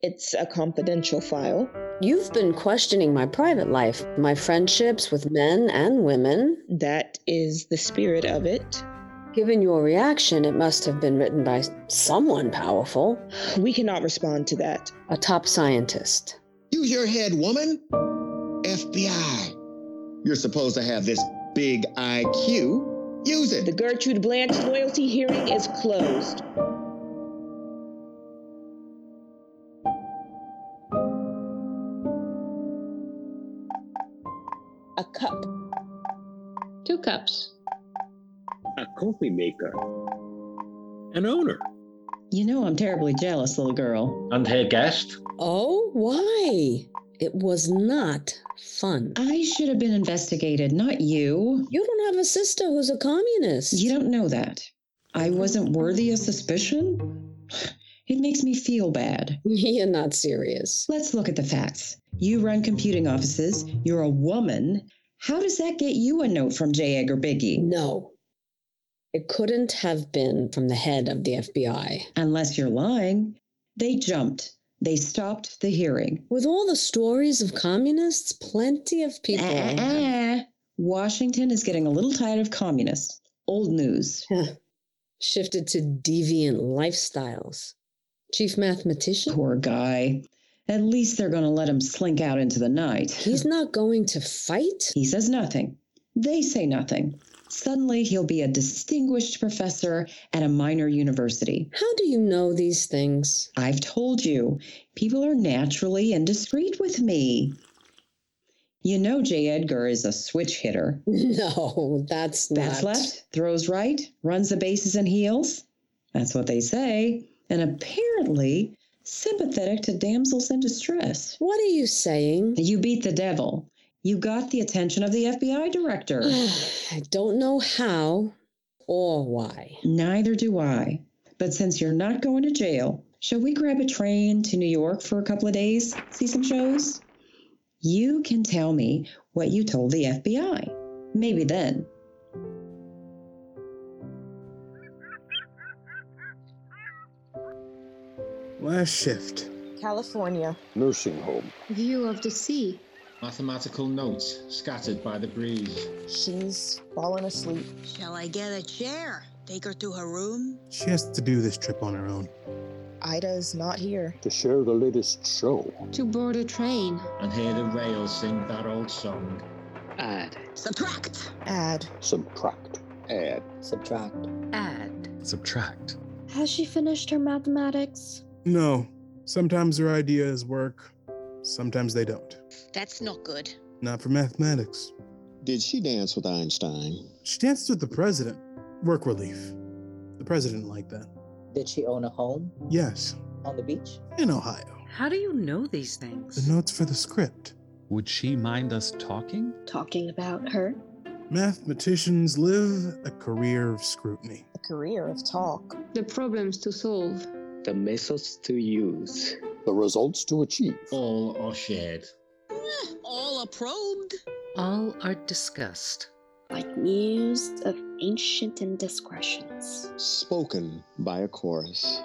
S14: It's a confidential file.
S8: You've been questioning my private life, my friendships with men and women.
S14: That is the spirit of it.
S8: Given your reaction, it must have been written by someone powerful,
S14: We cannot respond to that.
S8: a top scientist.
S9: Use your head, woman. FBI. You're supposed to have this big IQ. Use
S14: The
S9: it.
S14: Gertrude Blanche loyalty hearing is closed. A cup.
S13: Two cups.
S11: A coffee maker. An owner.
S6: You know I'm terribly jealous, little girl.
S25: And her guest.
S8: Oh, why? It was not fun.
S6: I should have been investigated, not you.
S8: You don't have a sister who's a communist.
S6: You don't know that. I wasn't worthy of suspicion? It makes me feel bad.
S8: You're not serious.
S6: Let's look at the facts. You run computing offices, you're a woman. How does that get you a note from J. Edgar Biggie?
S8: No. It couldn't have been from the head of the FBI.
S6: Unless you're lying. They jumped. They stopped the hearing.
S8: With all the stories of communists, plenty of people.
S6: Ah, Washington is getting a little tired of communists. Old news.
S8: Shifted to deviant lifestyles. Chief mathematician?
S6: Poor guy. At least they're going to let him slink out into the night.
S8: He's not going to fight?
S6: He says nothing. They say nothing. Suddenly, he'll be a distinguished professor at a minor university.
S8: How do you know these things?
S6: I've told you, people are naturally indiscreet with me. You know, J. Edgar is a switch hitter.
S8: No, that's not.
S6: Bats left, throws right, runs the bases and heels. That's what they say. And apparently, sympathetic to damsels in distress.
S8: What are you saying?
S6: You beat the devil. You got the attention of the FBI director.
S8: I don't know how or why.
S6: Neither do I. But since you're not going to jail, shall we grab a train to New York for a couple of days, see some shows? You can tell me what you told the FBI. Maybe then.
S2: Last shift.
S14: California.
S4: Nursing home.
S13: View of the sea.
S11: Mathematical notes scattered by the breeze.
S14: She's fallen asleep.
S7: Shall I get a chair? Take her to her room?
S2: She has to do this trip on her own.
S14: Ida's not here.
S4: To share the latest show.
S13: To board a train.
S11: And hear the rails sing that old song.
S8: Uh,
S4: Add.
S7: Subtract.
S14: Add.
S4: Subtract. Add. Subtract.
S1: Add.
S2: Subtract.
S3: Has she finished her mathematics?
S2: No. Sometimes her ideas work, sometimes they don't.
S26: That's not good.
S2: Not for mathematics.
S9: Did she dance with Einstein?
S2: She danced with the president. Work relief. The president liked that.
S27: Did she own a home
S2: Yes,
S27: on the beach?
S2: in Ohio.
S1: How do you know these things?
S2: The notes for the script.
S5: Would she mind us talking?
S3: Talking about her?
S2: Mathematicians live a career of scrutiny.
S14: A career of talk.
S13: The problems to solve.
S27: The methods to use.
S4: The results to achieve.
S11: All are shared.
S7: All are probed.
S1: All are discussed.
S3: Like muse of ancient indiscretions.
S9: Spoken by a chorus.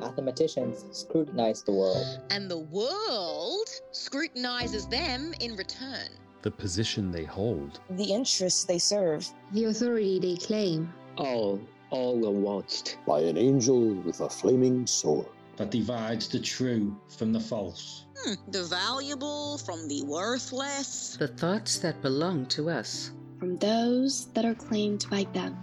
S27: Mathematicians scrutinize the world.
S26: And the world scrutinizes them in return.
S5: The position they hold.
S14: The interests they serve.
S13: The authority they claim.
S27: All, all are watched.
S4: By an angel with a flaming sword.
S11: That divides the true from the false.
S7: Hmm, the valuable from the worthless.
S1: The thoughts that belong to us.
S3: From those that are claimed by them.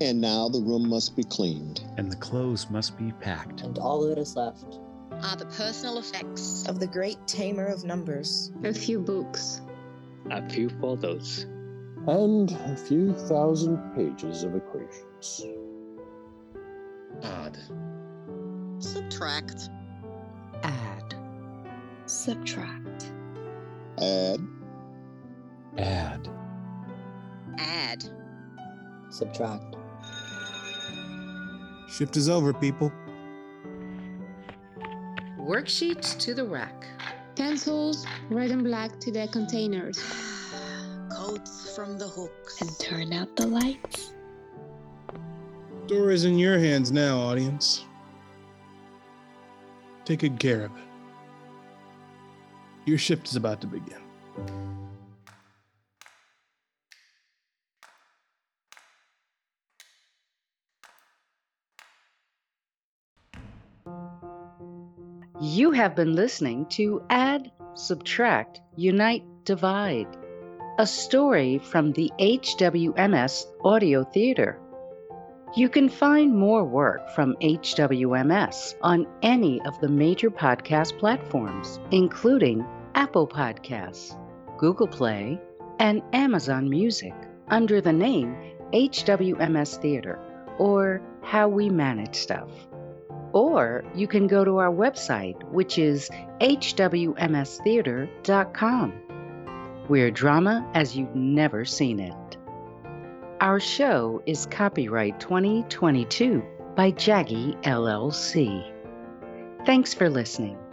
S9: And now the room must be cleaned.
S5: And the clothes must be packed.
S27: And all that is left.
S26: Are the personal effects.
S14: Of the great tamer of numbers.
S13: A few books.
S27: A few photos.
S4: And a few thousand pages of equations.
S27: Ah,
S11: Add.
S7: Subtract.
S1: Add.
S3: Subtract.
S9: Add.
S5: Add.
S26: Add.
S27: Subtract.
S2: Shift is over, people.
S1: Worksheets to the rack.
S13: Pencils, red and black, to their containers.
S7: Coats from the hooks.
S3: And turn out the lights.
S2: Door is in your hands now, audience. Take good care of it. Your shift is about to begin.
S1: You have been listening to Add, Subtract, Unite, Divide, a story from the HWMS Audio Theater. You can find more work from HWMS on any of the major podcast platforms, including Apple Podcasts, Google Play, and Amazon Music, under the name HWMS Theater or How We Manage Stuff. Or you can go to our website, which is hwmstheater.com. We're drama as you've never seen it. Our show is copyright 2022 by Jaggy LLC. Thanks for listening.